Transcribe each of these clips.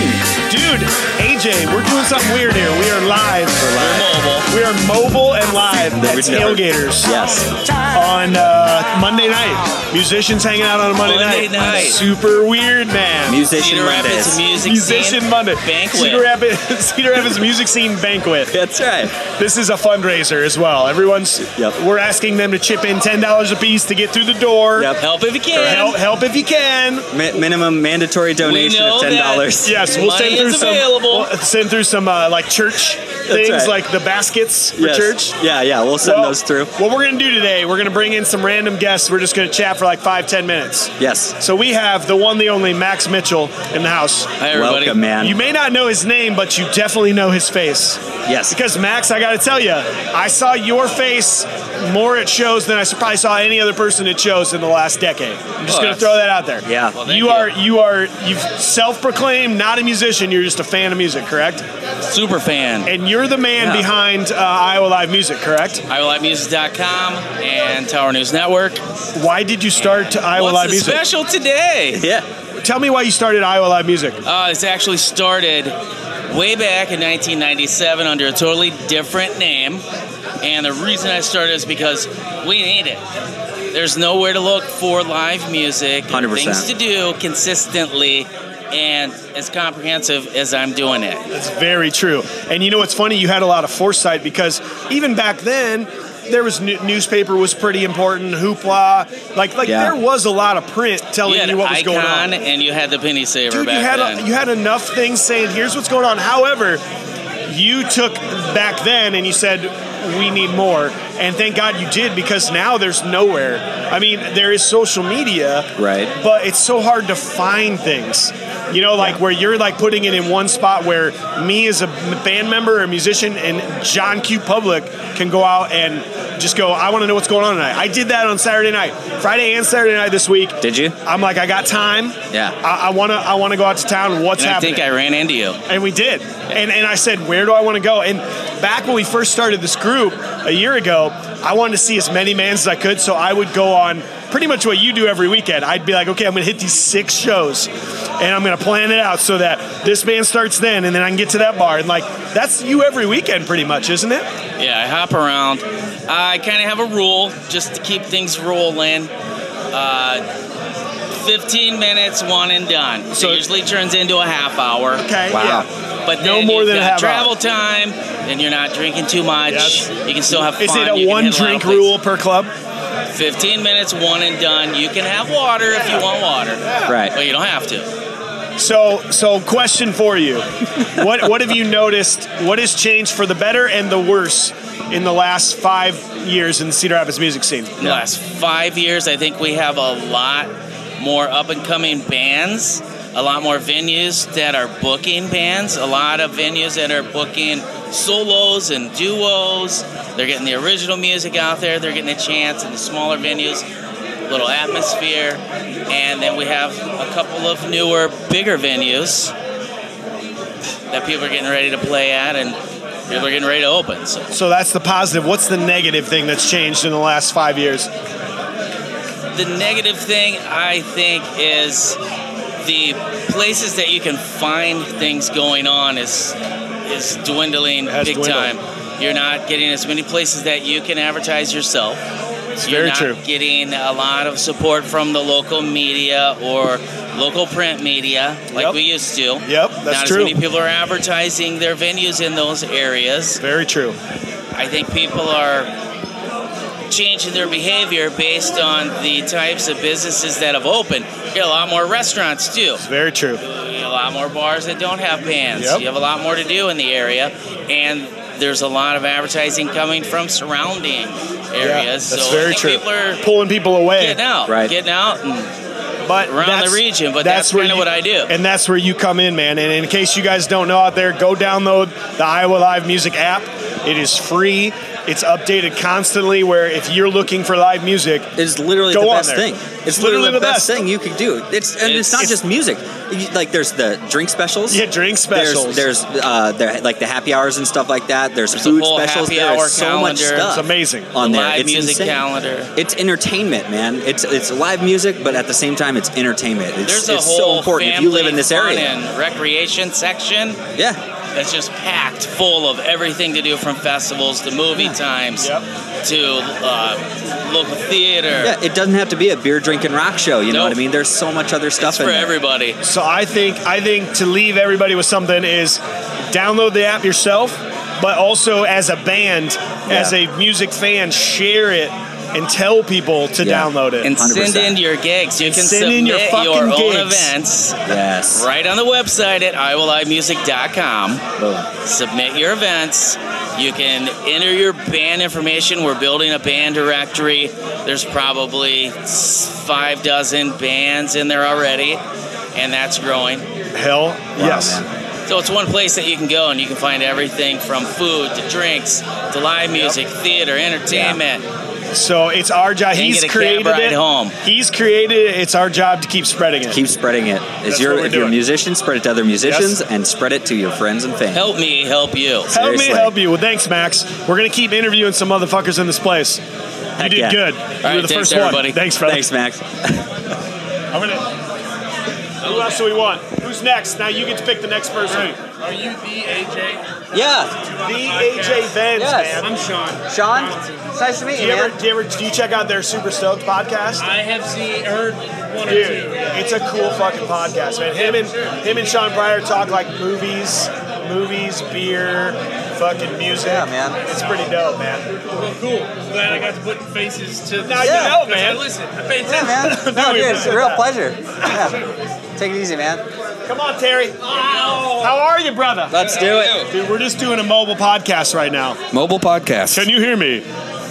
AJ, we're doing something weird here. We are live. We're mobile. We are mobile and live at We've never- Tailgaters Yes. on uh, Monday night. Musicians hanging out on a Monday, Monday night. Super weird, man. Musician Cedar Rapids Mondays. music Musician scene Monday. banquet. Cedar Rapids, Cedar Rapids Music Scene Banquet. That's right. This is a fundraiser as well. Everyone's, Yep. we're asking them to chip in $10 a piece to get through the door. Yep. Help if you can. Help, help if you can. Mi- minimum mandatory donation We know of ten dollars. that. Yes, we'll Money send through is some. available. we'll send through some uh, like church things, right. like the baskets for church. Yeah, yeah. We'll send Well, those through. What we're gonna do today? We're gonna bring in some random guests. We're just gonna chat for like five, ten minutes. Yes. So we have the one, the only Max Mitchell in the house. Hi, everybody. Welcome, man. You may not know his name, but you definitely know his face. yes. Because Max, I gotta tell you, I saw your face more at shows than I probably saw any other person at shows in the last decade. I'm just Oh, gonna that's- throw that out there. Yeah. Well, Oh, thank you you. are you are you've self-proclaimed not a musician. You're just a fan of music, correct? Super fan. And you're the man Yeah. behind uh, Iowa Live Music, correct? IowaLiveMusic.com and Tower News Network. Why did you start Iowa What's Live the Music? special today? yeah. Tell me why you started Iowa Live Music. Uh, it's actually started way back in 1997 under a totally different name. And the reason I started is because we need it. There's nowhere to look for live music, 100%. things to do consistently and as comprehensive as I'm doing it. That's very true. And you know what's funny? You had a lot of foresight because even back then, there was new newspaper was pretty important. Hoopla, like like Yeah. there was a lot of print telling You had you what was Icon going on. and you had the Penny Saver Dude, you back had then. a, you had enough things saying here's what's going on. However, you took back then and you said we need more, and thank God you did because now there's nowhere. I mean, there is social media, Right. But it's so hard to find things. You know, like where you're like putting it in one spot where me as a m- band member or musician and John Q Public can go out and just go, I want to know what's going on tonight. I did that on Saturday night, Friday and Saturday night this week. Did you? I'm like, I got time. Yeah. I, I wanna, I wanna go out to town. What's and I happening? think I ran into you. and we did. And and I said, where do I want to go? And back when we first started this group a year ago, I wanted to see as many bands as I could, so I would go on pretty much what you do every weekend. I'd be like, okay, I'm gonna hit these six shows, and I'm gonna plan it out so that this band starts then, and then I can get to that bar. And like, that's you every weekend, pretty much, isn't it? Yeah, I hop around. I kind of have a rule just to keep things rolling. Uh, 15 minutes, one and done. So So- it usually turns into a half hour. Okay. Wow. But then No more you've than a got half travel time, and you're not drinking too much. Yes. You can still have fun. Is it You a can one hit lot of drink places. rule per club? 15 minutes, one and done. You can have water if you want water, Right. but you don't have to. So, so question for you: What what have you noticed? What has changed for the better and the worse in the last five years in the Cedar Rapids music scene? In the last five years, I think we have a lot more up and coming bands, a lot more venues that are booking bands, a lot of venues that are booking solos and duos. They're getting the original music out there, they're getting a chance in the smaller venues, little atmosphere. And then we have a couple of newer, bigger venues that people are getting ready to play at and people are getting ready to open. So So that's the positive. What's the negative thing that's changed in the last five years? the negative thing I think is the places that you can find things going on is is dwindling Has big dwindled. time. You're not getting as many places that you can advertise yourself. It's You're very not true. getting a lot of support from the local media or local print media like Yep. we used to. Yep, that's not true. as many people are advertising their venues in those areas. Very true. I think people are changing their behavior based on the types of businesses that have opened. You get a lot more restaurants too. Very true. You get a lot more bars that don't have bands. Yep. You have a lot more to do in the area, and there's a lot of advertising coming from surrounding areas. Yeah, so that's I very think true. People are Pulling people away. getting out, Right. getting out, and but around the that's- region, but that's where kinda you- what I do. And that's where you come in, man. And in case you guys don't know out there, go download the Iowa Live Music app. It is free. It's updated constantly. Where if you're looking for live music, It's literally Go the on best there. thing. It's It's literally, literally the, the best, best. thing you could do. It's and It's- it's, not it's- just music. You- Like there's the drink specials. Yeah, drink specials. There's, there's uh, there like the happy hours and stuff like that. There's, a food whole specials. happy There's hour so much calendar. stuff. It's amazing. on there. live it's music insane. calendar. It's entertainment, man. It's it's live music, but at the same time, it's entertainment. It's, There's a it's whole so important if you live family in this fun area. and recreation section. Yeah, that's just packed full of everything to do from festivals to movie times Yep. to uh, local theater. Yeah, it doesn't have to be a beer drinking rock show. You know Nope. what I mean? There's so much other stuff It's in for there. everybody. So I think I think to leave everybody with something is download the app yourself, but also as a band, as a music fan, share it and tell people to Yeah. download it. And send 100%. in your gigs. You can send submit in your fucking your own gigs. events Yes. right on the website at iwillivmusic.com. Boom. submit your events. You can enter your band information. We're building a band directory. There's probably s- five dozen bands in there already, and that's growing. Hell, yes. man. So it's one place that you can go and you can find everything from food to drinks to live music, theater, entertainment. So it's our job. He's get a cab created ride it. home. He's created it. It's our job to keep spreading it. Keep spreading it. If That's you're what we're if you're a doing. musician, spread it to other musicians and spread it to your friends and fans. Help me help you. help seriously. me help you. Well, thanks, Max. We're gonna keep interviewing some motherfuckers in this place. you did yeah. good. you right, were the thanks, first everybody. one. Thanks, brother. Thanks, Max. I'm gonna. Who else do we want? Who's next? Now you get to pick the next person. Are you the AJ? Yeah, The AJ Vans, Yes. man. I'm Sean. Sean. It's nice to meet Do you ever do you ever do you check out their Super Stoked podcast? I have seen heard one or Dude, two. it's a cool fucking podcast, man. Him and him and Sean Breyer talk like movies, movies, beer, fucking music. Yeah, man. It's pretty dope, man. Well, cool. Glad I got to put faces to. Now Yeah. you know, Because I man. listen. I pay attention. No, No, we dude, it's a appreciate real that. pleasure. Take it easy, man. Come on, Terry. How are you, brother? Let's do it. Dude, we're just doing a mobile podcast right now. Mobile podcast. Can you hear me?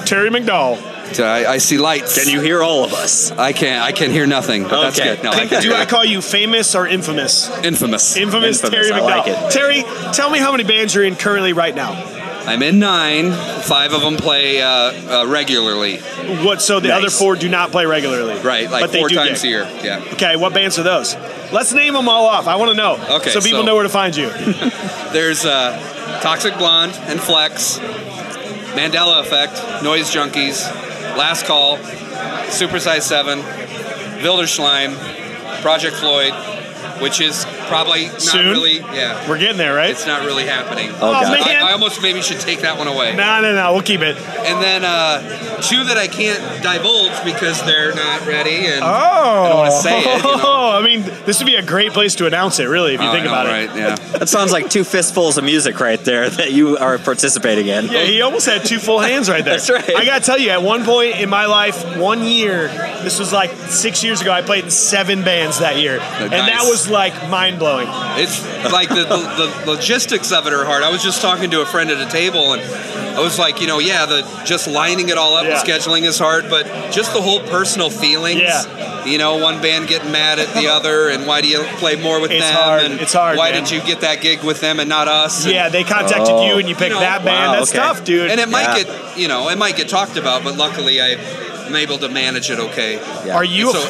Terry McDowell. I, I see lights. Can you hear all of us? I can't. I can hear nothing. But That's Okay. good. No, I can Do you hear want to call you famous or infamous? infamous. Infamous, Infamous, Terry I McDowell. like it. Terry, tell me how many bands you're in currently right now. I'm in nine. Five of them play uh, uh, regularly. What? So the Nice. other four do not play regularly, Right, like but they four do times gig. a year. Yeah. Okay, what bands are those? Let's name them all off. I want to know. Okay, so people so- know where to find you. There's uh, Toxic Blonde and Flex, Mandela Effect, Noise Junkies, Last Call, Supersize Seven, Wilderschleim, Project Floyd, which is probably not Soon? really. Yeah. We're getting there, right? It's not really happening. Oh, Oh, God. man. I, I almost maybe should take that one away. No, no, no. We'll keep it. And then uh, two that I can't divulge because they're not ready. And Oh, I don't want to say it. You know? I mean, this would be a great place to announce it, really, if you Oh, think I know, about it. right, Yeah. That sounds like two fistfuls of music right there that you are participating in. Yeah, he almost had two full hands right there. That's right. I gotta tell you, at one point in my life, one year, this was like six years ago, I played in seven bands that year, and that Nice. was like mind blowing. It's like the, the, the logistics of it are hard. I was just talking to a friend at a table, and I was like, you know, yeah, the just lining it all up Yeah. and scheduling is hard, but just the whole personal feelings. Yeah. You know, one band getting mad at the other, and why do you play more with It's them? hard. And It's hard, Why man. did you get that gig with them and not us? And- Yeah, they contacted Oh. you and you picked No. that band. Wow, That's okay. tough, dude. And it might Yeah. get, you know, it might get talked about, but luckily I, am able to manage it okay. Yeah. Are you a, So-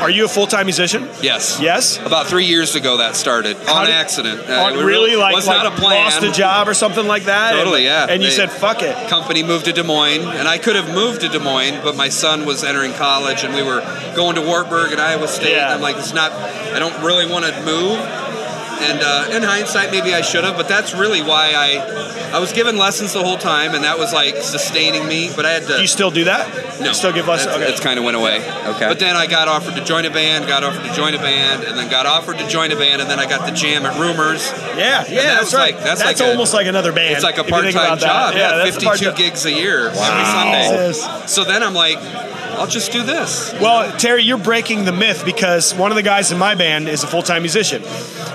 are you a full time musician? Yes. Yes. About three years ago that started on did- accident. On it really, like, was like not a plan. lost a job or something like that. and- Totally, yeah. And you They- said, "Fuck it." Company moved to Des Moines, and I could have moved to Des Moines, but my son was entering college, and we were going to Wartburg and Iowa State. Yeah. And I'm like, it's not. I don't really want to move. And uh, in hindsight, maybe I should have, but that's really why I I was given lessons the whole time, and that was like sustaining me. But I had to. Do you still do that? No, You still give us. That's, Okay. that's kind of went away. Okay. But then I got offered to join a band, got offered to join a band, and then got offered to join a band, and then I got the jam at Rumors. yeah, yeah. that That's was right. like- that's like a- almost like another band. It's like a if you part-time think about job. that. Yeah, that's a fifty-two part-time- gigs a year every Jesus. Sunday. So then I'm like, I'll just do this. Well, Terry, you're breaking the myth because one of the guys in my band is a full time musician.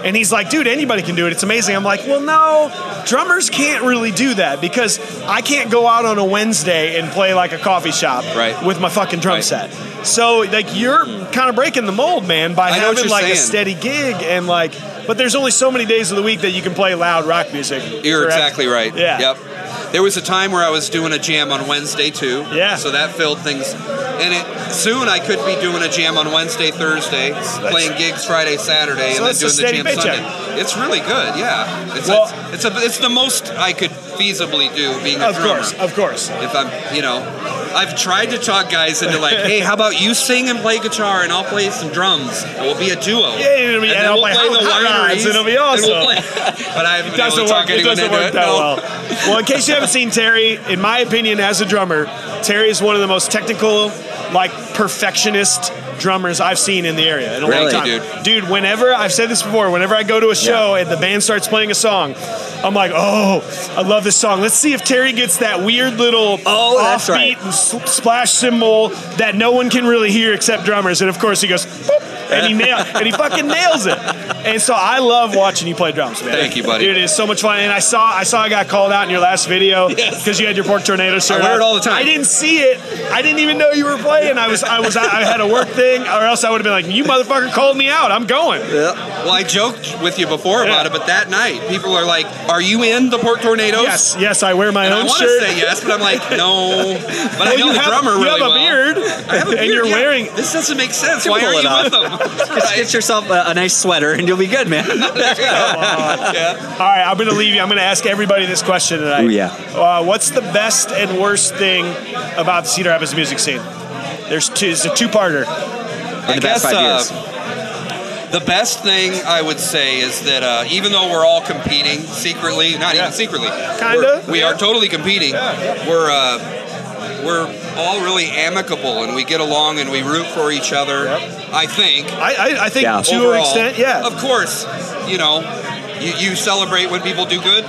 And he's like, dude, anybody can do it. It's amazing. I'm like, well, no, drummers can't really do that because I can't go out on a Wednesday and play like a coffee shop Right. with my fucking drum Right. set. So, like, you're kind of breaking the mold, man, by I know what having you're like a saying. steady gig and like, but there's only so many days of the week that you can play loud rock music. You're correct? exactly right. Yeah. Yep. There was a time where I was doing a jam on Wednesday too. Yeah. So that filled things. And it, soon I could be doing a jam on Wednesday, Thursday, playing gigs Friday, Saturday, So and then that's a steady doing the jam paycheck. Sunday. It's really good, yeah. It's, Well- it's, it's, a, it's the most I could feasibly do being a Of drummer. course, of course. If I'm, you know, I've tried to talk guys into like, hey, how about you sing and play guitar and I'll play some drums and we'll be a duo. Yeah, you know what I mean? And then I'll we'll play the hot rods, wineries and it'll be awesome. we'll play. But I haven't been able to doesn't talk work. It anyone doesn't into work it. that no. well. Well, in case you haven't seen Terry, in my opinion, as a drummer, Terry is one of the most technical, like perfectionist drummers I've seen in the area in a Really? long time. Dude. dude, whenever I've said this before, whenever I go to a show and the band starts playing a song, I'm like, oh, I love this song. Let's see if Terry gets that weird little Oh, offbeat that's right. and s- splash cymbal that no one can really hear except drummers. And of course, he goes, boop, and he nail, and he fucking nails it. And so I love watching you play drums, man. Thank you, buddy. Dude, it is so much fun. And I saw I saw I got called out in your last video because you had your pork tornado shirt. I wear it on. all the time. I didn't see it. I didn't even know you were playing. I was I was I had a work thing, or else I would have been like, you motherfucker called me out. I'm going. Well, I joked with you before about Yeah. it, but that night people are like, "Are you in the Port Tornadoes?" Yes, yes, I wear my And I own want shirt. to say yes, but I'm like, no. But I Well, know you the have, drummer you really have a well. beard, I have a beard. and you're yeah. wearing This doesn't make sense. Why pull are it you off. with them? Just Uh, get yourself a, a nice sweater and you'll be good, man. yeah. All right, I'm going to leave you. I'm going to ask everybody this question tonight. Ooh, yeah. Uh, what's the best and worst thing about the Cedar Rapids music scene? There's two. It's a two-parter. I the past guess, five uh, years. The best thing I would say is that uh, even though we're all competing secretly, not Yeah. even secretly, Kinda. we're- we are totally competing. We're uh, we're all really amicable and we get along and we root for each other. I think. I, I, I think Yeah. to an overall. extent, yeah. Of course, you know, you, you celebrate when people do good.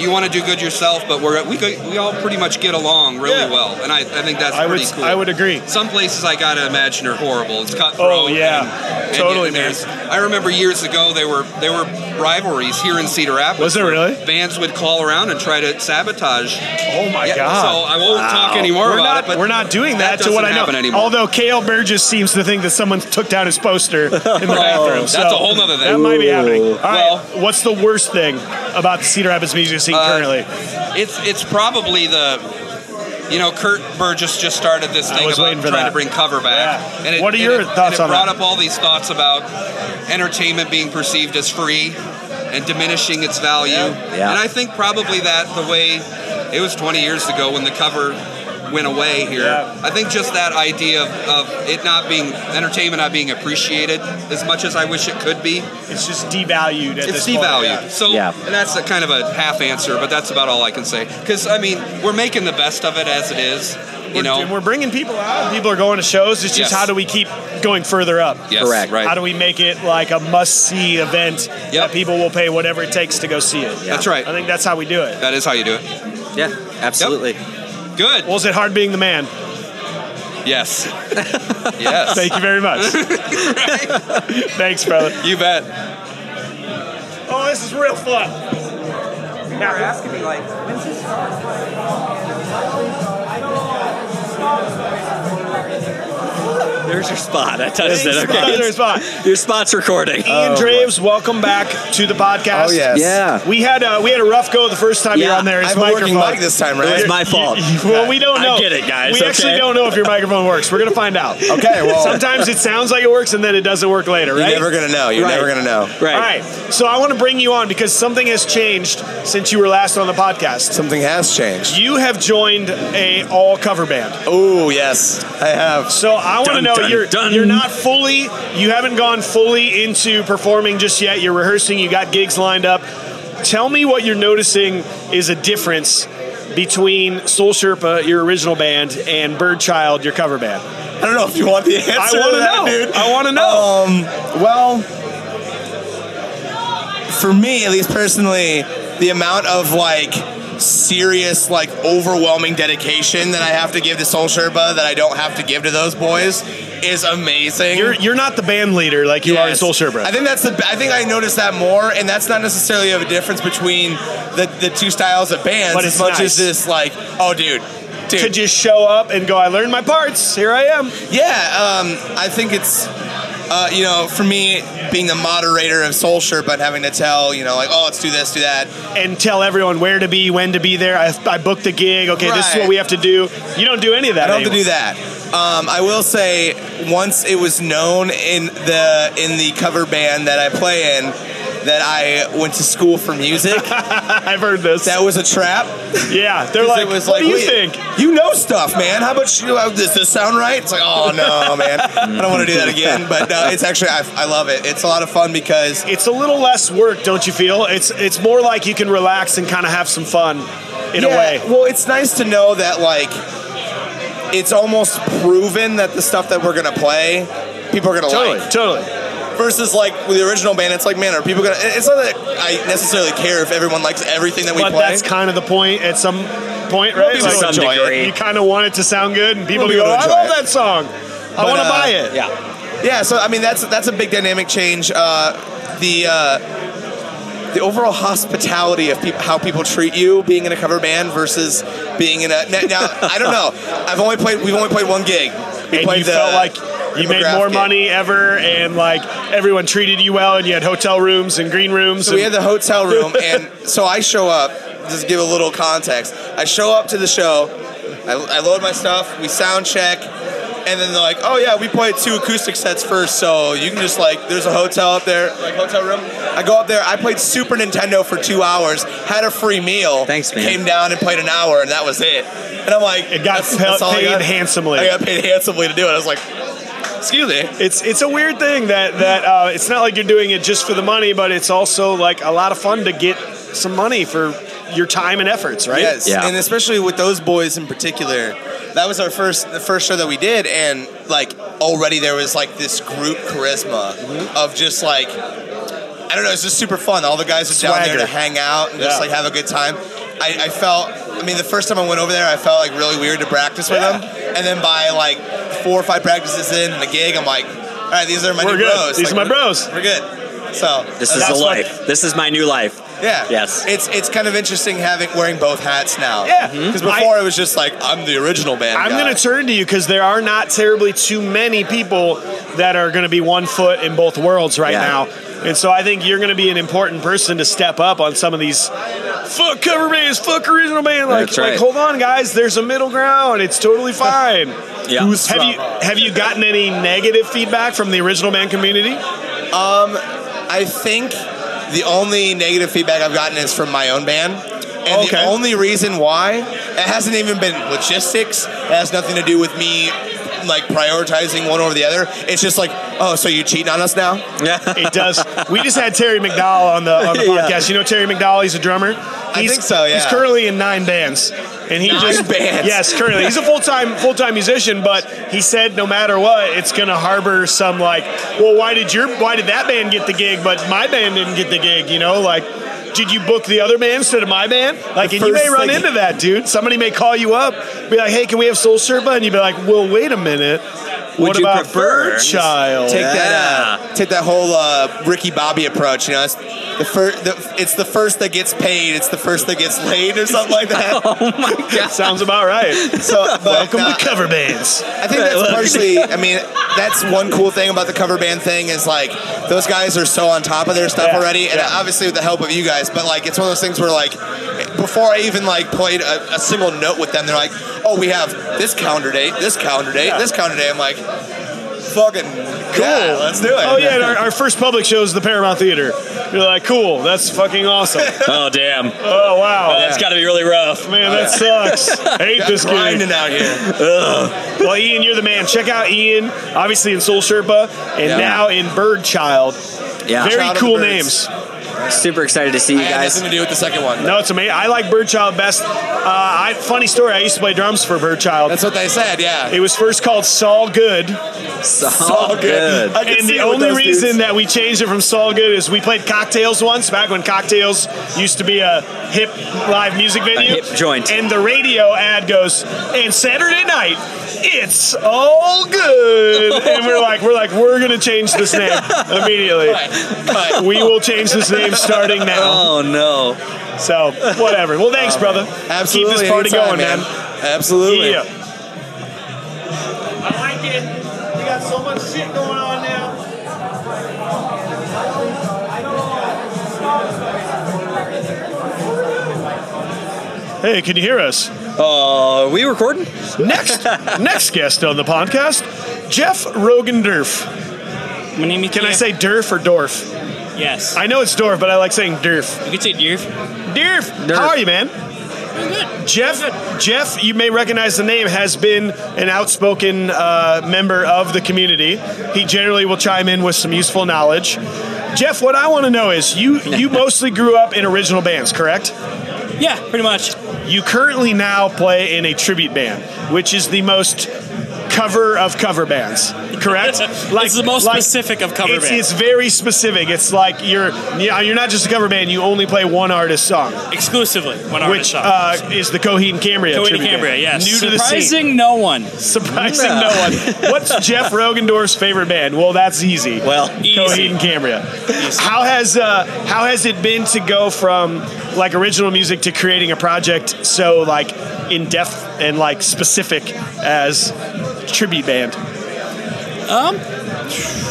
You want to do good yourself, but we're we go- we all pretty much get along really Yeah. well, and I, I think that's I would pretty cool. I would agree. Some places I gotta imagine are horrible. It's cutthroat. Oh, yeah. and- and Totally, man. there's- I remember years ago they were they were rivalries here in Cedar Rapids. Was there really? Bands would call around and try to sabotage. Oh my Yeah, god. So I won't talk Wow. anymore we're about not, it. But we're not doing that that, to what I doesn't know. happen anymore. Although K.L. Burgess seems to think that someone took down his poster in the bathroom. that's so a whole nother thing. That might be happening. All right. Well- Uh, what's the worst thing about the Cedar Rapids music scene currently? It's it's probably the. You know, Kurt Burgess just started this I thing was about waiting for trying that. to bring cover back. Yeah. What are your and it, thoughts and it on brought that? up all these thoughts about entertainment being perceived as free and diminishing its value. Yeah. And I think probably that the way it was 20 years ago when the cover went away here. Yeah. I think just that idea of, of it not being entertainment not being appreciated as much as I wish it could be. It's just devalued at It's this point. devalued. So Yeah. and that's a kind of a half answer, but that's about all I can say. Because I mean, we're making the best of it as it is. You We're- know. and we're bringing people out. People are going to shows. It's just Yes. how do we keep going further up? Yes, Correct. Right. How do we make it like a must-see event that Yep. people will pay whatever it takes to go see it? That's right. I think that's how we do it. that is how you do it. yeah, absolutely. Good. Well, is it hard being the man? yes. yes. Thank you very much. Thanks, brother. you bet. Oh, this is real fun. asking me like, There's your spot. I touched Thanks, it. spot. Okay. There's spot. Your spot's recording. Ian Draves, welcome back to the podcast. Oh, yes. Yeah. We had a, we had a rough go the first time you were Yeah, on there. His I'm a microphone. working mic this time, right? It was my fault. well, we don't I know. get it, guys, We actually okay? don't know if your microphone works. We're gonna find out. Okay, well, Sometimes it sounds like it works and then it doesn't work later, you're right? Oh. never gonna know. You're Right. never gonna know. All Right. right. So I want to bring you on because something has changed since you were last on the podcast. Something has changed. You have joined a all cover band. Oh yes, I have. So I want to Dun, know dun, you're dun. you're not fully you haven't gone fully into performing just yet. You're rehearsing. You got gigs lined up. Tell me what you're noticing is a difference between Soul Sherpa, your original band, and Birdchild, your cover band. I don't know if you want the answer. I want to that, know. dude. I want to know. Um, well, for me, at least personally, the amount of like serious, like overwhelming dedication that I have to give to Soul Sherpa that I don't have to give to those boys is amazing. you're you're not the band leader like you are in Yes. Soul Sherpa. I think that's the. I think I noticed that more, and that's not necessarily a difference between the, the two styles of bands But it's as much nice. as this like, oh, dude, dude, to just show up and go, I learned my parts. Here I am. yeah, um, I think it's, uh, you know, for me, being the moderator of Soul Sherpa and having to tell, you know, like, oh, let's do this, do that. and tell everyone where to be, when to be there. I, I booked the gig. Okay, this is Right. what we have to do. You don't do any of that. I don't have to anymore. do that. Um, I will say, once it was known in the in the cover band that I play in that I went to school for music, I've heard this. that was a trap. yeah, they're like, it was what like, do you wait, think? You know stuff, man. How about you? How, does this sound right? It's like, oh no, man. I don't want to do that again. But no, it's actually, I, I love it. It's a lot of fun because It's a little less work, don't you feel? It's it's more like you can relax and kind of have some fun in a way. Well, it's nice to know that like it's almost proven that the stuff that we're gonna play, people are gonna Totally, like. totally. Versus like with the original band, it's like, man, are people gonna? It's not that I necessarily care if everyone likes everything that we but play. that's kind of the point at some point, right? people To some enjoy degree. it. You kind of want it to sound good and people Well, to go, people I enjoy love it. that song. I But, want to uh, buy it. Yeah. yeah. So I mean, that's that's a big dynamic change. Uh, the uh, the overall hospitality of peop how people treat you being in a cover band versus being in a now, now, I don't know. I've only played. We've only played one gig. We and played you the felt like you made demographic more gig. money ever and like everyone treated you well and you had hotel rooms and green rooms. So and we had the hotel room, and so I show up. Just to give a little context. I show up to the show. I, I load my stuff. We sound check, and then they're like, "Oh yeah, we played two acoustic sets first, so you can just like, there's a hotel up there, like hotel room." I go up there. I played Super Nintendo for two hours, had a free meal. Thanks, man. Came down and played an hour, and that was it. And I'm like, It got that's, pa- that's all I paid got. handsomely. I got paid handsomely to do it. I was like, "Excuse me." it's it's a weird thing that that uh, it's not like you're doing it just for the money, but it's also like a lot of fun to get some money for your time and efforts, right? Yes, Yeah. and especially with those boys in particular, that was our first the first show that we did, and like already there was like this group charisma Mm-hmm. of just like I don't know, it's just super fun. All the guys are down there Swagger. to hang out and just Yeah. like have a good time. I, I felt, I mean, the first time I went over there, I felt like really weird to practice with Yeah. them, and then by like four or five practices in and a gig, I'm like, all right, these are my We're new good. bros. Like, These are my we're- bros. We're good. So This is the That's what- life. this is my new life. yeah. Yes. It's it's kind of interesting having wearing both hats now. Yeah. Mhm. Because before it was just like I'm the original band. I'm guy. going to turn to you because there are not terribly too many people that are going to be one foot in both worlds right Yeah. now. And so I think you're going to be an important person to step up on some of these fuck cover bands, fuck original band. Like, That's right. like hold on, guys. There's a middle ground. It's totally fine. Yeah. Who's have you have you gotten any negative feedback from the original band community? I think the only negative feedback I've gotten is from my own band. And Okay. the only reason why it hasn't even been logistics. It has nothing to do with me like prioritizing one over the other. It's just like, oh, so you cheating on us now? It does. We just had Terry McDowell on the on the Yeah. podcast. You know Terry McDowell? He's a drummer. He's, think so, He's yeah. currently in nine bands, and he just bands. Yes, currently he's a full time full time musician. But he said no matter what, it's going to harbor some like, well, why did your why did that band get the gig, but my band didn't get the gig? You know, like. Did you book the other band instead of my band? Like, The and you may first run thing- into that, dude. Somebody may call you up, be like, "Hey, can we have Soul Sherpa?" And you'd be like, "Well, wait a minute. Would what you about prefer- Bird Child?" Take that, uh, take that whole uh, Ricky Bobby approach. You know, it's the, fir- the it's the first that gets paid. It's the first that gets laid, or something like that. Sounds about right. So, but, uh, Welcome no, to cover bands. I think that's partially. I mean, that's one cool thing about the cover band thing is like those guys are so on top of their stuff Yeah, already, and yeah. obviously with the help of you guys. But like, it's one of those things where like, before I even like played a, a single note with them, they're like, "Oh, we have this calendar date, this calendar date, Yeah. this calendar date." I'm like, "Fucking cool, let's do it." Oh yeah, and our, our first public show is the Paramount Theater. You're like, cool, that's fucking awesome. Oh damn. Oh wow, That's got to be really rough. man, that sucks. Hate this game. grinding out here. Well, Ian, you're the man. Check out Ian, obviously in Soul Sherpa, and Yeah. now in Bird Child. Yeah. Very Child of the cool Birds. names. Super excited to see you I had guys. nothing to do with the second one. No, it's amazing. I like Bird Child best. Uh, I, funny story. I used to play drums for Bird Child. That's what they said. Yeah. It was first called Saul Good. So good. I can and see the it with only those reason dudes. that we changed it from Saul Good is we played cocktails once back when cocktails used to be a hip live music venue. hip joint. And the radio ad goes, and Saturday night, it's all good. and we're like, we're like, we're gonna change this name immediately. But- We will change this name starting now. Oh no. So whatever. Well, thanks, brother. Oh, Absolutely. Keep this party anytime, going, man. Absolutely. Yeah. I like it. We got so much shit going on now. Hey, can you hear us? Uh, we recording? Next, next guest on the podcast, Jeff Rogendorf. My name is Can I say Durf or Dorf? Yes. I know it's Dorf, but I like saying Durf. you could say deer. Durf, how are you, man? Jeff, Jeff, you may recognize the name, has been an outspoken uh, member of the community. He generally will chime in with some useful knowledge. Jeff, what I want to know is you you mostly grew up in original bands, correct? Yeah, pretty much. You currently now play in a tribute band, which is the most cover of cover bands, correct? It's the most specific of cover it's, bands. It's very specific. It's like you're yeah, you're not just a cover band. You only play one artist song, Exclusively, one artist which song. uh, is the Coheed and Cambria. Coheed and tribute Cambria, band. yes. New to the scene. Surprising no one. Surprising no one. What's Jeff Rogendorf's favorite band? Well, that's easy. Well, Coheed and Cambria. How has uh, how has it been to go from like original music to creating a project so like in depth and like specific as tribute band? Um,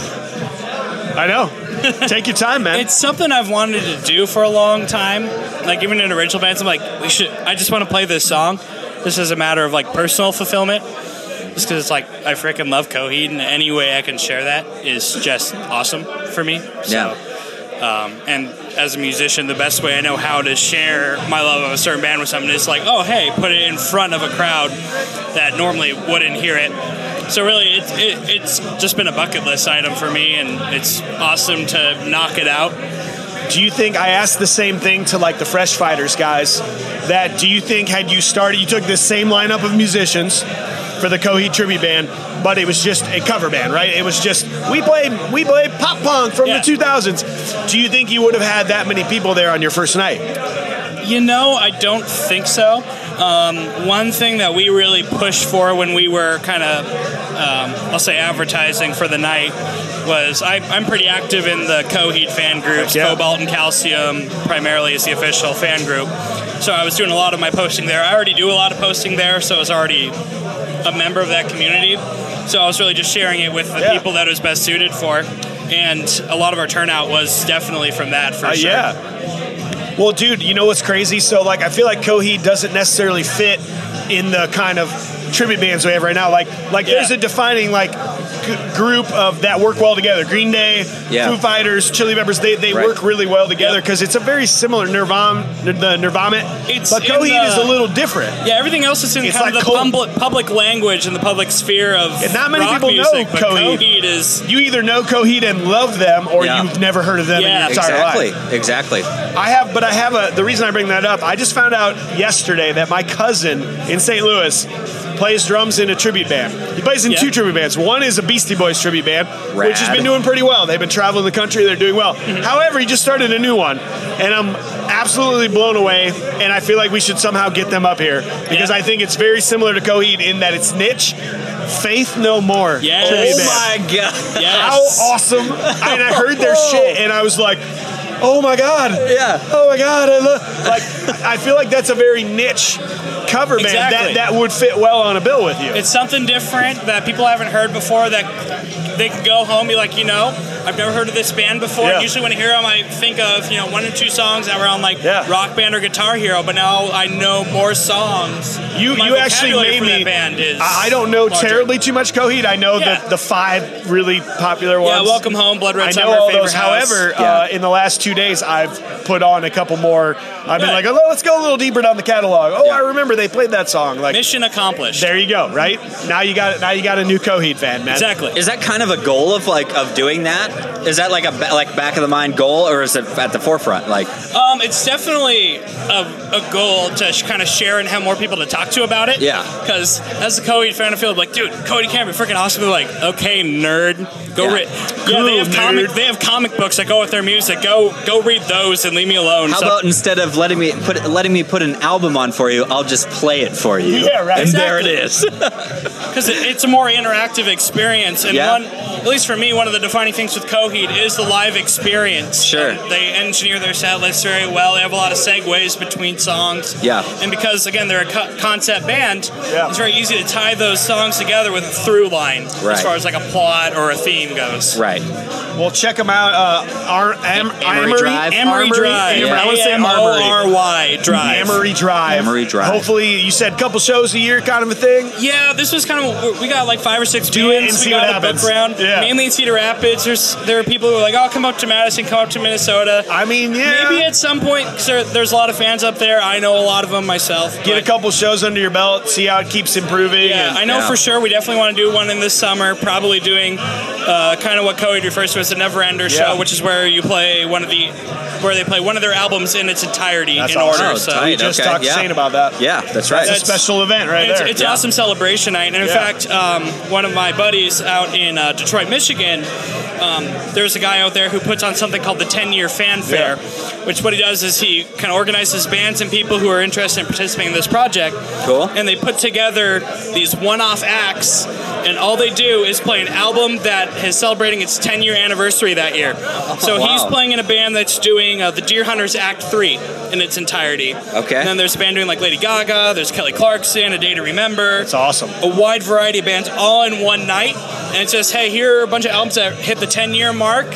I know. Take your time, man. It's something I've wanted to do for a long time. Like even in original bands, I'm like, we should. I just want to play this song. This is a matter of like personal fulfillment. Just because it's like I freaking love Coheed, and any way I can share that is just awesome for me. Yeah. So, um, and as a musician, the best way I know how to share my love of a certain band with someone is like, oh hey, put it in front of a crowd that normally wouldn't hear it. So really, it's it, it's just been a bucket list item for me, and it's awesome to knock it out. Do you think I asked the same thing to like the Fresh Fighters guys? That do you think had you started, you took this same lineup of musicians for the Coheed tribute band, but it was just a cover band, right? It was just we play we play pop punk from Yeah. the 2000s. Do you think you would have had that many people there on your first night? You know, I don't think so. Um, one thing that we really pushed for when we were kind of, um, I'll say, advertising for the night was I, I'm pretty active in the Coheed fan groups, Yeah. Cobalt and Calcium primarily is the official fan group. So I was doing a lot of my posting there. I already do a lot of posting there, so I was already a member of that community. So I was really just sharing it with the Yeah. people that it was best suited for. And a lot of our turnout was definitely from that, for Uh, sure. Yeah. Well, dude, you know what's crazy? So like, I feel like Coheed doesn't necessarily fit in the kind of tribute bands we have right now. Like, like there's Yeah. a defining like g- group of that work well together. Green Day, Yeah. Foo Fighters, Chili Peppers. They, they Right. work really well together because it's a very similar Nirvana, the Nirvana. It's but in Coheed the- is a little different. Yeah, everything else is in It's kind like of the cold- public, public language and the public sphere of And not many rock people know music, but Coheed. Coheed. is You either know Coheed and love them, or Yeah. you've never heard of them in Yeah. your entire life. exactly. Exactly. I have, but I have a. The reason I bring that up, I just found out yesterday that my cousin in St. Louis plays drums in a tribute band. He plays in Yeah. two tribute bands. One is a Beastie Boys tribute band, which has Rad. been doing pretty well. They've been traveling the country. They're doing well. Mm-hmm. However, he just started a new one, and I'm absolutely blown away. And I feel like we should somehow get them up here because Yeah. I think it's very similar to Coheed in that it's niche. Faith No More. Yes. tribute Oh band god. how yes. awesome and i heard their shit and i was like oh my god Yeah. oh my god i look like i feel like that's a very niche cover band Exactly. that, that would fit well on a bill with you It's something different that people haven't heard before. That they can go home and be like, you know, I've never heard of this band before. Yeah. Usually when I hear them, I think of you know one or two songs that were on like Yeah. Rock Band or Guitar Hero, but now I know more songs. you, My you actually vocabulary made for that me. band is I I don't know larger. terribly too much Coheed. I know Yeah. the, the five really popular ones. Yeah, welcome home, Blood Red I Summer. know all Favorite those. House. However, uh, in the last two days, I've put on a couple more. I've been Good. like, oh, let's go a little deeper down the catalog. Oh, I remember they played that song. Like, mission accomplished. there you go. Right now, you got now you got a new Coheed fan, man. exactly. Is that kind of a goal of like of doing that? Is that like a ba- like back of the mind goal, or is it at the forefront? Like, Um, it's definitely a, a goal to sh- kind of share and have more people to talk to about it. Yeah. Because as a Cody fan, I feel like, dude, Cody can't be freaking awesome. They're like, okay, nerd, go Yeah. read. Yeah, they Cool, have comic. nerd. They have comic books that go with their music. Go, go read those and leave me alone. how So- about instead of letting me put letting me put an album on for you, I'll just play it for you. Yeah, right. And there it is. because it, it's a more interactive experience. And Yeah. one, at least for me, one of the defining things with Coheed is the live experience. Sure. And they engineer their set lists very well. They have a lot of segues between songs. Yeah. And because again they're a co- concept band, Yeah. it's very easy to tie those songs together with a through line Right. as far as like a plot or a theme. team goes. Right. Well, check them out. Uh, Ar- Am- Amory Amory Drive. Amory Drive. Amory. I want to say Amory. A-M-O-R-Y Drive. Amory Drive. Amory Drive. Hopefully, you said couple shows a year, kind of a thing. Yeah, this was kind of we got like five or six do it and ins. see We what got a book happens. round, Yeah. mainly in Cedar Rapids. There's there are people who are like, "Oh, come up to Madison, come up to Minnesota." I mean, yeah. Maybe at some point, 'cause there, there's a lot of fans up there. I know a lot of them myself. Get a but- couple shows under your belt, see how it keeps improving. Yeah, and- I know Yeah. for sure we definitely want to do one in this summer. Probably doing uh, kind of what Cody refers to as the Never Ender Yeah. show, which is where you play one of the where they play one of their albums in its entirety That's in awesome. order. Oh, so tight. We just Okay, talked to yeah. Shane about that. Yeah, that's right. That's a special event right It's, there. it's an awesome celebration night, and in Yeah. fact, um, one of my buddies out in uh, Detroit, Michigan, um, there's a guy out there who puts on something called the 10 Year Fan Fair, which what he does is he kind of organizes bands and people who are interested in participating in this project, Cool. and they put together these one-off acts, and all they do is play an album that is celebrating its 10 year anniversary that year. So wow. he's playing in a band that's doing uh, the Deer Hunters Act Three in its entirety. Okay. And then there's a band doing like Lady Gaga, there's Kelly Clarkson, A Day to Remember. It's awesome. A wide variety of bands all in one night. And it's just, hey, here are a bunch of albums that hit the 10 year mark.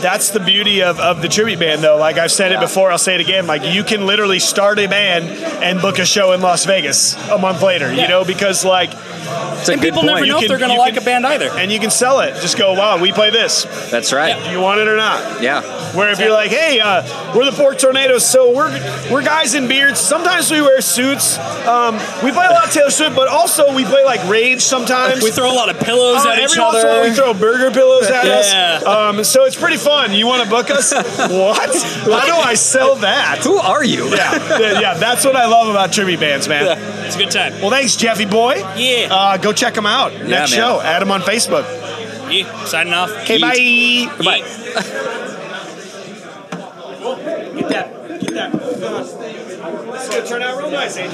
That's the beauty of, of the tribute band, though. Like I've said it before, I'll say it again. Like you can literally start a band and book a show in Las Vegas a month later, you Yeah. know, because like, That's a And good people point. never know You if they're can- going to you like can- a band either. and you can sell it. Just go, wow, we play this. That's right. Do you want it or not? Yeah. Where if you're like, hey, uh, we're the Pork Tornadoes, so we're we're guys in beards. Sometimes we wear suits. Um, we play a lot of Taylor Swift, but also we play like Rage sometimes. We throw a lot of pillows Uh, at each every once in a while, other. we throw burger pillows at Yeah. us. Um, so it's pretty fun. You want to book us? what? How do I sell that? Who are you? Yeah, yeah, yeah, that's what I love about tribute bands, man. It's a good time. Well, thanks, Jeffy boy. Yeah. Uh, go check them out. Next man. show, add them on Facebook. Yeah, signing off. Okay, bye. Bye. Get that. Get that. It's going to turn out real nice, AJ.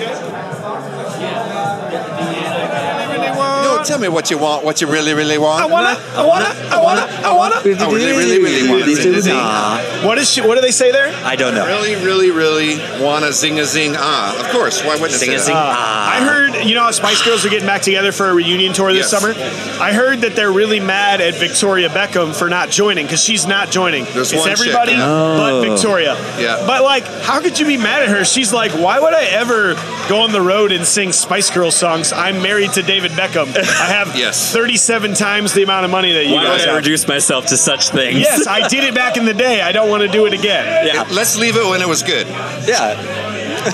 No, tell me what you want, what you really, really want. I wanna, I wanna, I wanna, I wanna. I really, really, really want to zing a zing. Nah, What is? She, what do they say there? Ah, I don't know. Really, really, really want to zing a zing ah. Of course, why wouldn't it Sing say a that? sing. Ah. I heard, you know, how Spice Girls are getting back together for a reunion tour this Yes. summer. I heard that they're really mad at Victoria Beckham for not joining because she's not joining. There's it's one chick, everybody yeah. but Victoria. Yeah. But like, how could you be mad at her? She's like, why would I ever go on the road and sing Spice Girls songs? I'm married to David Beckham. I have Yes. 37 times the amount of money that you Why would guys I have. reduce myself to such things? Yes, I did it back in the day. I don't want to do it again. yeah. Let's leave it when it was good. Yeah.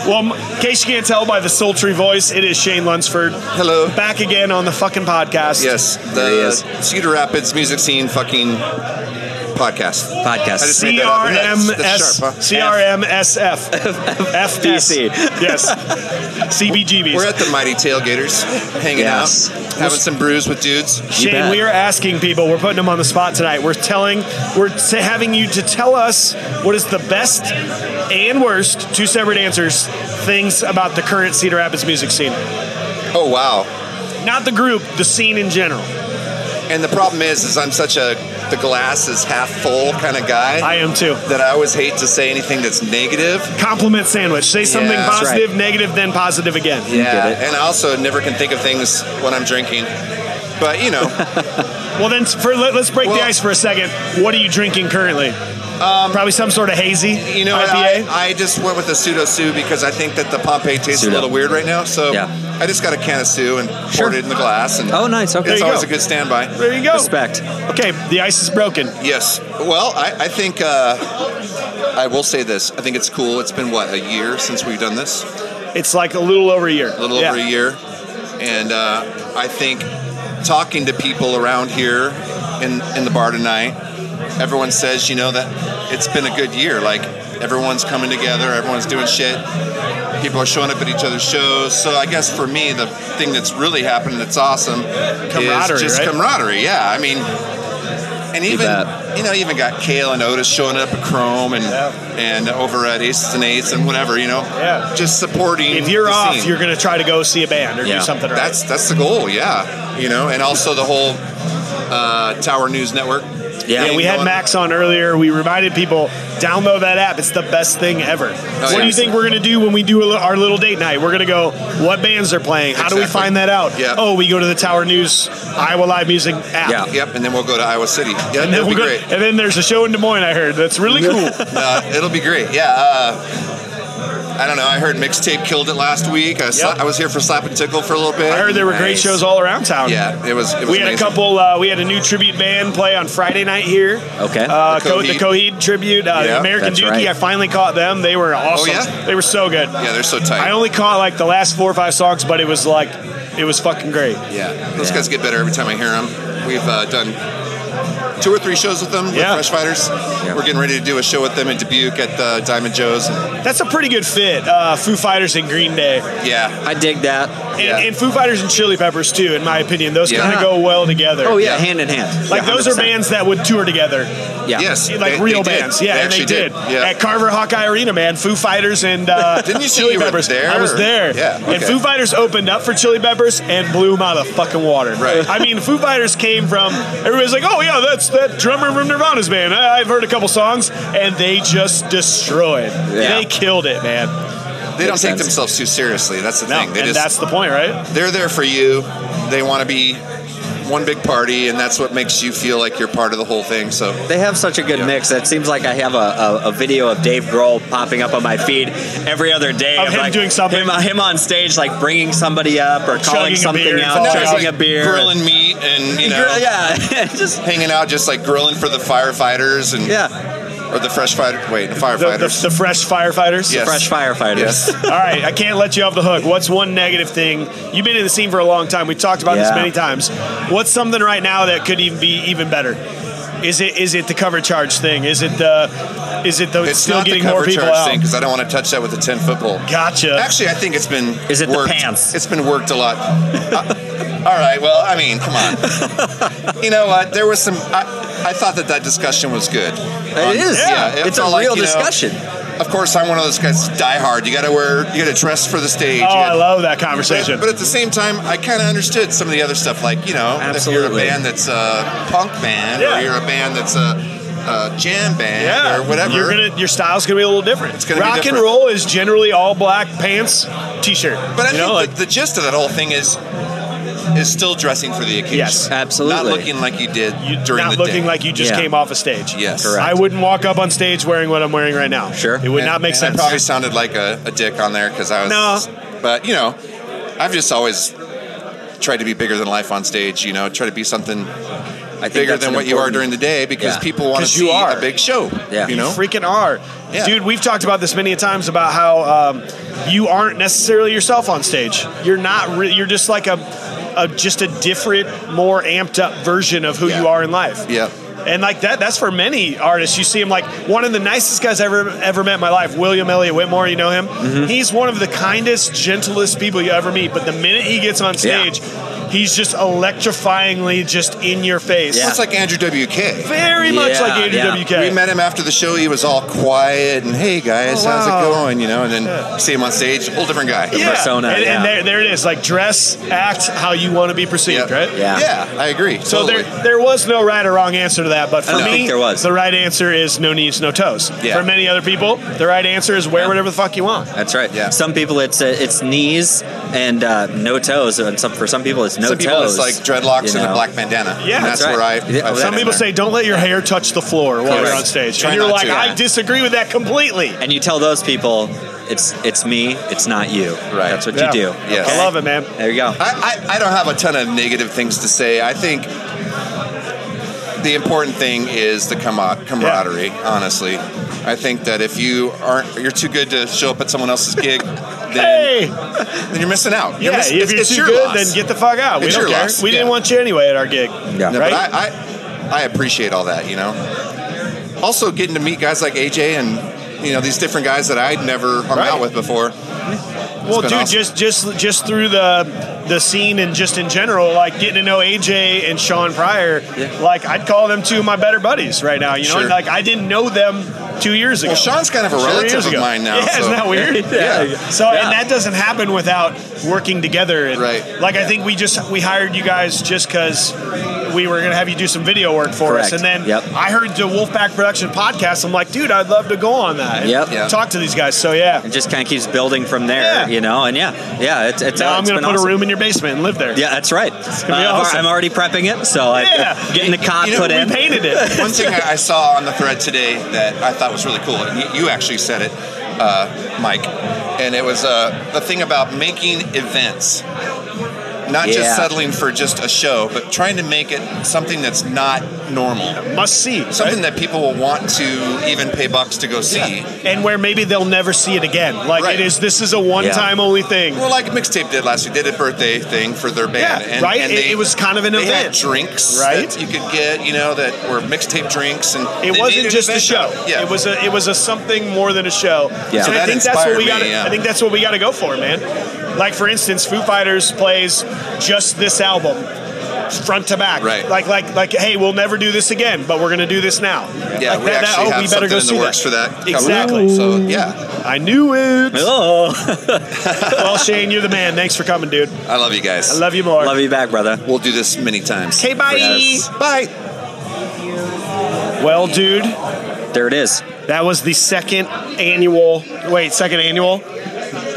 Well, in case you can't tell by the sultry voice, it is Shane Lunsford Hello. back again on the fucking podcast. Yes, There he the is. Cedar Rapids music scene fucking podcast. Podcast. I just made that up. That's- that's CRMS sharp, huh? CRMSF FBC. FBC. Yes. CBGBs. We're at the Mighty Tailgaters, hanging Yes. out, having some brews with dudes. Shane, bet. we are asking people. We're putting them on the spot tonight. We're telling, we're t- having you to tell us what is the best and worst, two separate answers, things about the current Cedar Rapids music scene. Oh wow! Not the group, the scene in general. And the problem is, is I'm such a the glass is half full kind of guy I am too. that I always hate to say anything that's negative. Compliment sandwich. Say something Yeah, that's positive, negative, then positive again. Yeah, get it. and I also never can think of things when I'm drinking. But you know, Well, then for, let, us break the Well- Um, ice for a second. What are you drinking currently? Probably some sort of hazy you know, I, IPA. I just went with the pseudo sue because I think that the Pompeii tastes Pseudo. a little weird right now. So Yeah. I just got a can of sue and poured it in the glass, and Oh, nice. Okay. it's you always go. a good standby. there you go. Respect. Okay, the ice is broken. Yes. Well, I, I think uh, I will say this. I think it's cool. It's been what a year since we've done this, It's like a little over a year. a little over a year, and uh, I think talking to people around here in in the bar tonight, everyone says you know that it's been a good year. Like everyone's coming together, everyone's doing shit. People are showing up at each other's shows. So I guess for me, the thing that's really happened that's awesome Camaraderie, is just right? camaraderie. Yeah, I mean, and even bet. you know, you even got Kale and Otis showing up at Chrome and Yeah. and over at Aces and Eights and whatever. You know, Yeah. just supporting. If you're the off, scene. you're going to try to go see a band or Yeah. do something right. that's that's the goal. Yeah, you know, and also the whole uh, Tower News Network. Yeah. yeah, we had going. Max on earlier. We reminded people Download that app. It's the best thing ever. Oh, what yeah. do you think we're gonna do when we do a li- our little date night? We're gonna go. What bands are playing? How do we Exactly. find that out? Yeah. Oh, we go to the Tower News Iowa Live Music app. Yeah. Yep, and then we'll go to Iowa City. Yeah, And then, it'll be we'll go- great. and then there's a show in Des Moines I heard that's really cool. Uh, it'll be great. Yeah. Uh, I don't know. I heard mixtape killed it last week. I, sla- Yep. I was here for Slap and Tickle for a little bit. I heard there were great Nice. shows all around town. Yeah, it was. It was We had a amazing. couple. Uh, we had a new tribute band play on Friday night here. Okay. Uh, Oh, The Co- the Coheed. Coheed tribute, uh, Yeah, Oh, American that's Dookie. right. I finally caught them. They were awesome. yeah? They were so good. Yeah, they're so tight. I only caught like the last four or five songs, but it was like, it was fucking great. Yeah, those Yeah. guys get better every time I hear them. We've uh, done two or three shows with them, with Yeah. Fresh Fighters. We're getting ready to do a show with them in Dubuque at the Diamond Joe's. That's a pretty good fit. Uh, Foo Fighters and Green Day, and, Yeah, I dig that. Yeah. and Foo Fighters and Chili Peppers too. In my opinion, those Yeah. kind of go well together. Oh yeah, Yeah. hand in hand. Like Yeah, those are 100%. bands that would tour together, Yeah. yes, like they- real they did. bands. Yeah, they and they actually did. Yeah, At Carver Hawkeye Arena, man, Foo Fighters and uh, Didn't you say Chili you were Peppers. there, I was or- there. Yeah, And okay. Foo Fighters opened up for Chili Peppers and blew them out of the fucking water. Right. I mean, Foo Fighters came from everybody's like, oh yeah, that's that drummer from Nirvana's band. I, I've heard a couple songs, and they just destroyed. Yeah. They killed it, man. they don't Makes take sense. themselves too seriously. That's the No, thing. They and just that's the point, right? they're there for you. They want to be one big party, and that's what makes you feel like you're part of the whole thing. So They have such a good mix. It seems like I have a, a, a video of Dave Grohl popping up on my feed every other day Of him like doing something. Him, him on stage, like bringing somebody up or Chugging calling Oh, a something beer and out, falling Now it's chugging like a beer, grilling meat, and you know, Grill- yeah, just hanging out, just like grilling for the firefighters and yeah, or the fresh fighter. Wait, the The, the, firefighters. the fresh firefighters. Yes. fresh firefighters. Yes. All right, I can't let you off the hook. What's one negative thing? You've been in the scene for a long time. We've talked about this Yeah. many times. What's something right now that could even be even better? Is it is it the cover charge thing? Is it the is it the It's still not getting the more cover people charge out? thing because I don't want to touch that with a ten foot pole. Gotcha. Actually, I think it's been Is it the worked. pants? It's been worked a lot. Uh, all right. Well, I mean, come on. you know what? There was some. I, I thought that that discussion was good. it is. yeah, it it's a felt like, real you know, discussion. Of course, I'm one of those guys. Die hard. You got to wear. You got to dress for the stage. oh, you I gotta- love that but, conversation. but at the same time, I kind of understood some of the other stuff, like you know, if you're Absolutely. a band that's a punk band, Yeah. or you're a band that's a, a jam band, yeah, or whatever. You're gonna, your style's gonna be a little different. It's gonna be Rock different. and roll is generally all black pants, t-shirt. But I you think know, like, the, the gist of that whole thing is is still dressing for the occasion. Yes, absolutely. Not looking like you did you during not the looking day. like you just Yeah. came off a stage. Yes. Correct. I wouldn't walk up on stage wearing what I'm wearing right now. Sure. It would And- not make and sense. I probably sounded like a, a dick on there because I was. No. But you know, I've just always tried to be bigger than life on stage. You know, try to be something I think bigger that's than an what you are during important- the day because Yeah. people want to 'Cause you see are. a big show. Yeah. You know. freaking are. Oh. Yeah. Dude, we've talked about this many times about how um, you aren't necessarily yourself on stage. You're not. Re- you're just like a, a just a different, more amped up version of who Yeah. you are in life. Yeah. And like that, that's for many artists. You see him like one of the nicest guys I ever ever met in my life, William Elliott Whitmore. You know him. Mm-hmm. He's one of the kindest, gentlest people you ever meet. But the minute he gets on Yeah. stage, he's just electrifyingly just in your face. It's like Andrew WK. Very much Yeah, like Andrew yeah. WK. We met him after the show. He was all quiet and, "Hey guys, Oh, how's wow. it going?" You know, and then see him on stage, whole different guy. persona, And, and yeah. there, there it is. Like dress, act how you want to be perceived, Yeah. right? Yeah. Yeah, I agree. So totally. there, there was no right or wrong answer to that, but for don't me, think there was. the right answer is no knees, no toes. Yeah. For many other people, the right answer is wear whatever the fuck you want. That's right. Yeah. Some people it's uh, it's knees and uh, no toes, and some for some people it's no some people it's toes. like dreadlocks you and a know? black bandana. Yeah. and that's, That's where I. right. Yeah, I fit Some in people there. say, "Don't let your hair touch the floor while Correct. you're on stage," Try and you're not like, to. "I Yeah. disagree with that completely." And you tell those people it's it's me, it's not you. Right. That's what Yeah. you do. Yes. I love it, man. There you go. I, I, I don't have a ton of negative things to say. I think the important thing is the camar- camaraderie. Honestly, I think that if you aren't, you're too good to show up at someone else's gig, then, Hey, then you're missing out. You're yeah. missing- it's- if you're it's too your good, loss. then get the fuck out. We It's don't your care. loss. We didn't Yeah. want you anyway at our gig. Yeah. No, right? but I, I I appreciate all that, you know. Also, getting to meet guys like AJ and you know these different guys that I'd never hung Right. out with before. Well, been dude, awesome. just just just through the the scene and just in general, like getting to know AJ and Sean Pryor, like I'd call them two of my better buddies right now. You know, Sure. and, like I didn't know them two years ago. Well, Sean's kind of a Three relative years of ago. mine now. Yeah, so. isn't that weird? Yeah. So and that doesn't happen without working together. And Right. Like I think we just we hired you guys just because we were gonna have you do some video work for us, Correct. and then Yep. I heard the Wolfpack Production podcast. I'm like, dude, I'd love to go on that. and Yep. Yeah. Talk to these guys. So yeah. It just kind of keeps building from there, Yeah. you know. And yeah, yeah, it's it's. Now I'm it's gonna been put awesome. a room in your basement and live there. Yeah, that's right. gonna be Uh, I've al- awesome. I'm already prepping it, so Yeah. I, uh, getting the cot You know, put We in. painted it. One thing I I saw on the thread today that I thought was really cool, and you- you actually said it, uh, Mike, and it was uh, the thing about making events. Not just Yeah. settling for just a show, but trying to make it something that's not normal. Must see. Something that people will want to even pay bucks to go see. and where maybe they'll never see it again. Like Right. it is, this is a one-time only thing. Well, like Mixtape did last year, they did a birthday thing for their band. Yeah, right? It- it was kind of an they Had event. drinks, Right. That you could get, you know, that were mixtape drinks, and they It made wasn't an just a event show. out of it. Yeah, It was a it was a something more than a show. Yeah. So and I that think that's what inspired we me, uh, got. to yeah. I think that's what we got to go for, man. Like for instance, Foo Fighters plays just this album front to back. Right. Like like like hey, we'll never do this again, but we're going to do this now. Yeah, Like we that- that- actually oh, have we better something go in the see works that. for that. coming up. Exactly. So yeah, I knew it. Oh, well, Shane, you're the man. Thanks for coming, dude. I love you guys. I love you more. love you back, brother. We'll do this many times. Okay, bye. Yes. Bye. Well, dude, There it is. that was the second annual. Wait, second annual?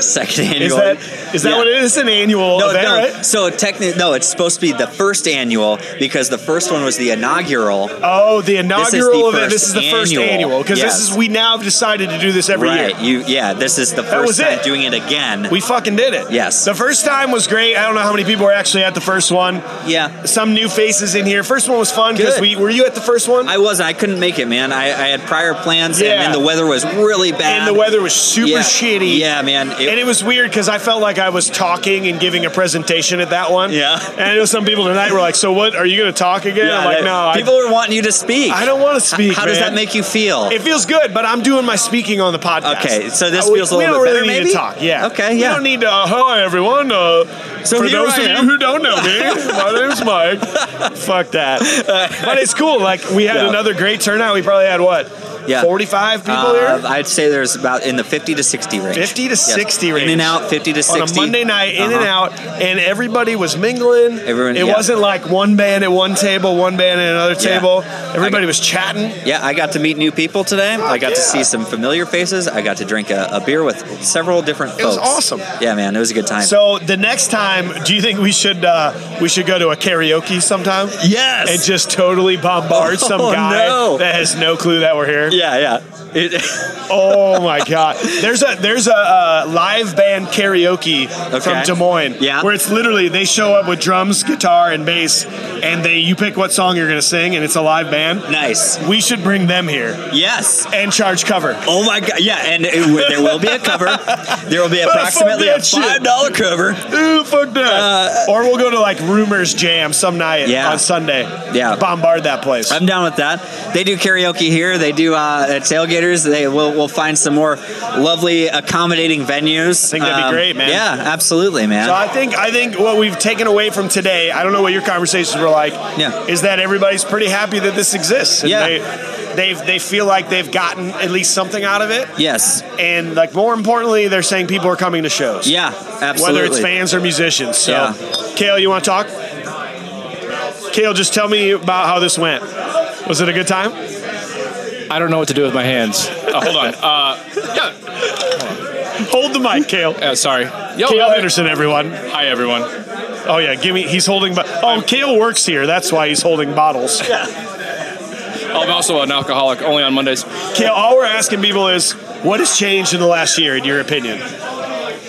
Second Is annual. that is that Yeah. what it is? It's an annual No, event, no. right? So technically, no. It's supposed to be the first annual because the first one was the inaugural. Oh, the is the inaugural event. This is first the first annual. annual because Yes. this is we now have decided to do this every right. year. You. Yeah. This is the was first time it. doing it again. We fucking did it. Yes. The first time was great. I don't know how many people were actually at the first one. yeah. Some new faces in here. First one was fun because Good. we were you at the first one? I wasn't. I couldn't make it, man. I, I had prior plans, Yeah. and then the weather was really bad. and the weather was super yeah. shitty. Yeah, man. It- and it was weird because I felt like I was talking and giving a presentation at that one. Yeah. And I know some people tonight were like, "So what? Are you going to talk again?" yeah, I'm like, that- "No, I- people were wanting you to speak. I, don't want to speak." How does man. that make you feel? It feels good, but I'm doing my speaking on the podcast. Uh, Okay, so this we, feels a we little don't bit really better, need maybe? to talk. Yeah. Okay, We yeah. don't need to. Uh, hi, everyone. Uh, So for here those I of you am. who don't know me, my name's Mike. Fuck that. But it's cool. Like we had Yeah. another great turnout. We probably had what? Yeah. 45 people Uh, here. I'd say there's about in the 50 to 60 range. 50 to 60 range. In and out, 50 to 60. On a Monday night, in and Uh-huh. out, and everybody was mingling. Everyone- it yeah. wasn't like one band at one table, one band at another Yeah. table. Everybody was chatting. Yeah, I got to meet new people today. I got to see some familiar faces. I got to drink a, a beer with several different folks. It was awesome. Yeah, man, it was a good time. So the next time, do you think we should uh, we should go to a karaoke sometime? yes. And just totally bombard some Oh, guy no. that has no clue that we're here. yeah, yeah. It, Oh my god! There's a there's a uh, live band karaoke from Okay. Des Moines. Yeah. Where it's literally they show up with drums, guitar, and bass, and they you pick what song you're gonna sing, and it's a live band. nice. We should bring them here Yes. and charge cover. Oh my god. Yeah, and it, there will be a cover. There will be fuck approximately a that shit. five dollar cover. Ooh, fuck that! or we'll go to like Rumors Jam some night Uh, Yeah. on Sunday. Yeah. Bombard that place. I'm down with that. They do karaoke here. They do uh, at tailgaters. They will we'll find some more lovely accommodating venues. I think that'd be great, man. Yeah, absolutely, man. So I think I think what we've taken away from today, I don't know what your conversations were like, Yeah. is that everybody's pretty happy that this exists. And Yeah. they they've they feel like they've gotten at least something out of it. yes. And like more importantly, they're saying people are coming to shows. Yeah, absolutely. Whether it's fans or musicians. So Yeah. Kale, you wanna talk? Kale, just tell me about how this went. Was it a good time? I don't know what to do with my hands. Oh, hold on. Uh, yeah. Hold the mic, Kale. uh, sorry. Yo, Kale Anderson, everyone. hi everyone. Oh yeah, give me. He's holding. Bo- oh, Kale works here. That's why he's holding bottles. I'm also an alcoholic, only on Mondays. Kale, all we're asking people is what has changed in the last year, in your opinion?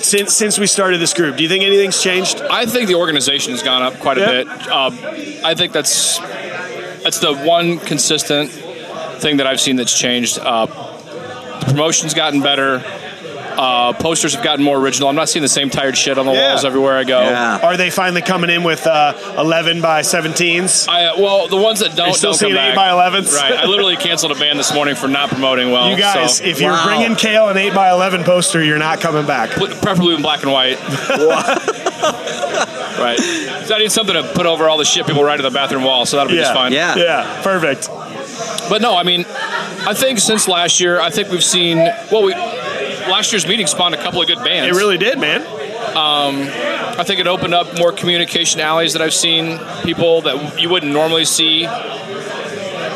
Since since we started this group, do you think anything's changed? I think the organization has gone up quite a Yeah. bit. Um, I think that's that's the one consistent thing that I've seen that's changed. Uh, the promotion's gotten better. Uh, posters have gotten more original. I'm not seeing the same tired shit on the Yeah. walls everywhere I go. Are they finally coming in with uh, 11 by 17s? I, uh, well, the ones that don't You're still don't seeing come back. 8 by 11s? Right. I literally canceled a band this morning for not promoting well. You guys, so- if you're bringing Kale an 8 by 11 poster, you're not coming back. Pl- preferably in black and white. right. So I need something to put over all the shit people write to the bathroom wall. So that'll be just fine. yeah. Yeah. Perfect. But no, I mean, I think since last year, I think we've seen. Well, we last year's meeting spawned a couple of good bands. It really did, man. Um, I think it opened up more communication alleys that I've seen people that you wouldn't normally see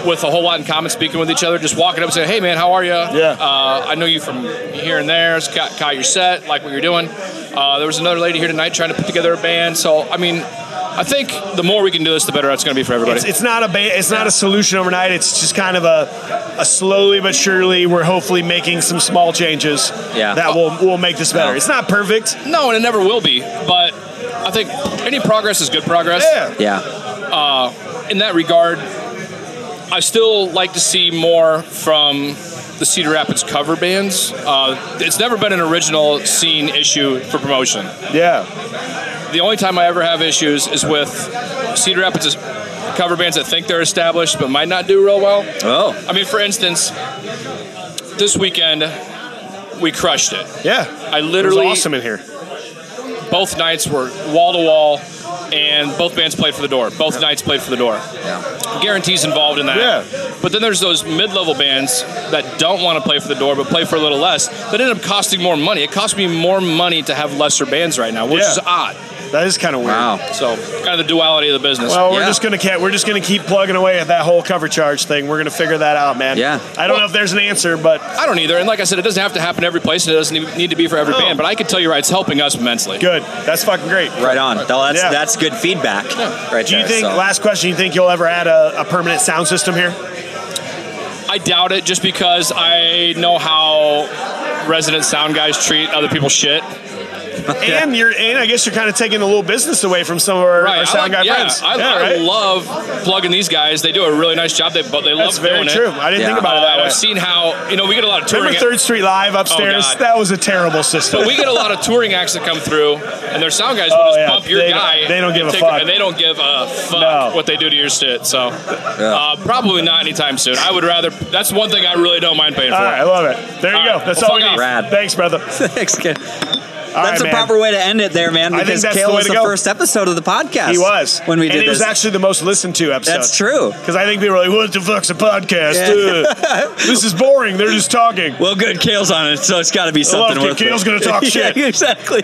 with a whole lot in common speaking with each other, just walking up and saying, "Hey, man, how are you? Yeah, uh, I know you from here and there. It's Caught, caught your set, like what you're doing." Uh, there was another lady here tonight trying to put together a band. So, I mean, I think the more we can do this, the better it's going to be for everybody. It's, it's not a ba- it's not a solution overnight. It's just kind of a, a slowly but surely. We're hopefully making some small changes Yeah. that will will make this better. It's not perfect. No, and it never will be. But I think any progress is good progress. Yeah. Yeah. Uh, in that regard, I still like to see more from the Cedar Rapids cover bands. Uh, it's never been an original scene issue for promotion. Yeah, The only time I ever have issues is with Cedar Rapids cover bands that think they're established but might not do real well. Oh. I mean, for instance, this weekend we crushed it. yeah. I It was literally awesome in here. both nights were wall to wall, and both bands played for the door. Both nights played for the door. Guarantees involved in that. Yeah. But then there's those mid-level bands that don't want to play for the door, but play for a little less. That end up costing more money. It costs me more money to have lesser bands right now, which Yeah. is odd. That is kind of weird. Wow. So kind of the duality of the business. Well, we're Yeah. just gonna ca- we're just gonna keep plugging away at that whole cover charge thing. We're gonna figure that out, man. Yeah. I don't know if there's an answer, but I don't either. And like I said, it doesn't have to happen every place, and it doesn't even need to be for every No. band. But I can tell you, right, it's helping us immensely. good. That's fucking great. Right on. Well, that's Yeah. that's good feedback. Right Do you there, uh, think? so. Last question. You think you'll ever add a, a permanent sound system here? I doubt it, just because I know how resident sound guys treat other people's shit. And you're and I guess you're kind of taking a little business away from some of our, Right, our I like- sound guy yeah, friends. I, Yeah, I right? love plugging these guys. They do a really nice job. They but they That's love very doing true. it. I didn't Yeah. think about Uh, it that way. I've seen how you know we get a lot of touring. Remember Third Street Live upstairs? God. that was a terrible system. But we get a lot of touring acts that come through, and their sound guys will Oh, just yeah. bump your They don't- guy. they don't give and a fuck. and they don't give a fuck No. what they do to your shit. So uh, probably not anytime soon. I would rather. That's one thing I really don't mind paying all for. right, I love it. There you All go. right. That's Well, all we fuck need. off. Rad. Thanks, brother. Thanks, kid. All That's right, the man. proper way to end it there, man, I think because that's Kale the way was to the go. first episode of the podcast. He was When we and did it this. was actually the most listened to episode. that's true. Because I think people were like, "What the fuck's a podcast? Yeah. Ugh. this is boring. They're just talking." Well, good. Kale's on it, so it's got to be something okay, with Kale's it. gonna talk Yeah, shit. exactly.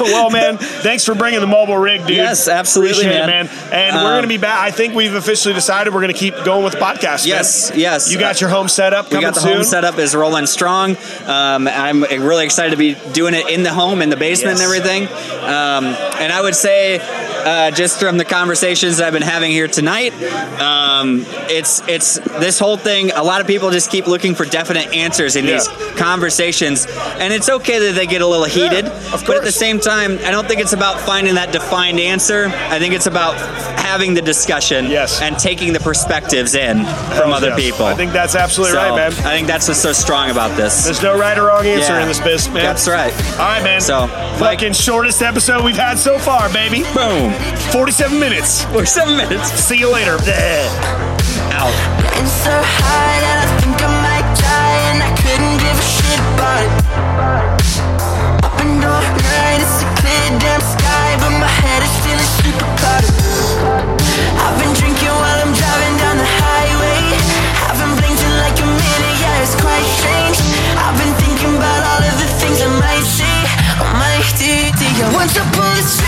well, man, thanks for bringing the mobile rig, dude. Yes, absolutely, Appreciate man. it, man. And we're Um, going to be back. I think we've officially decided we're going to keep going with the podcast. man. Yes, yes. You got your home set up We coming got the soon. home setup is rolling strong. Um, I'm really excited to be doing it in the home, in the basement, Yes. and everything. Um, and I would say, uh, just from the conversations that I've been having here tonight, um, it's it's this whole thing. A lot of people just keep looking for definite answers in Yeah. these conversations, and it's okay that they get a little heated. of But at the course. same time, I don't think it's about finding that defined answer. I think it's about having the discussion Yes. and taking the perspectives in from Hells other yes. people. I think that's absolutely So, right, man. I think that's what's so strong about this. There's no right or wrong answer Yeah. in this biz, man. That's right. All right, man. So, like- fucking shortest episode we've had so far, baby. Boom. 47 minutes. We're seven minutes See you later. Bleh. out. Getting so high that I think I might die, and I couldn't give a shit about it. Up and all night, it's a clear damn sky, but my head is feeling super cluttered. I've been drinking while I'm driving down the highway. Haven't blinked in like a minute, yeah, it's quite strange. Oh I've been thinking about all of the things I might say, I might do to you. Once I pull the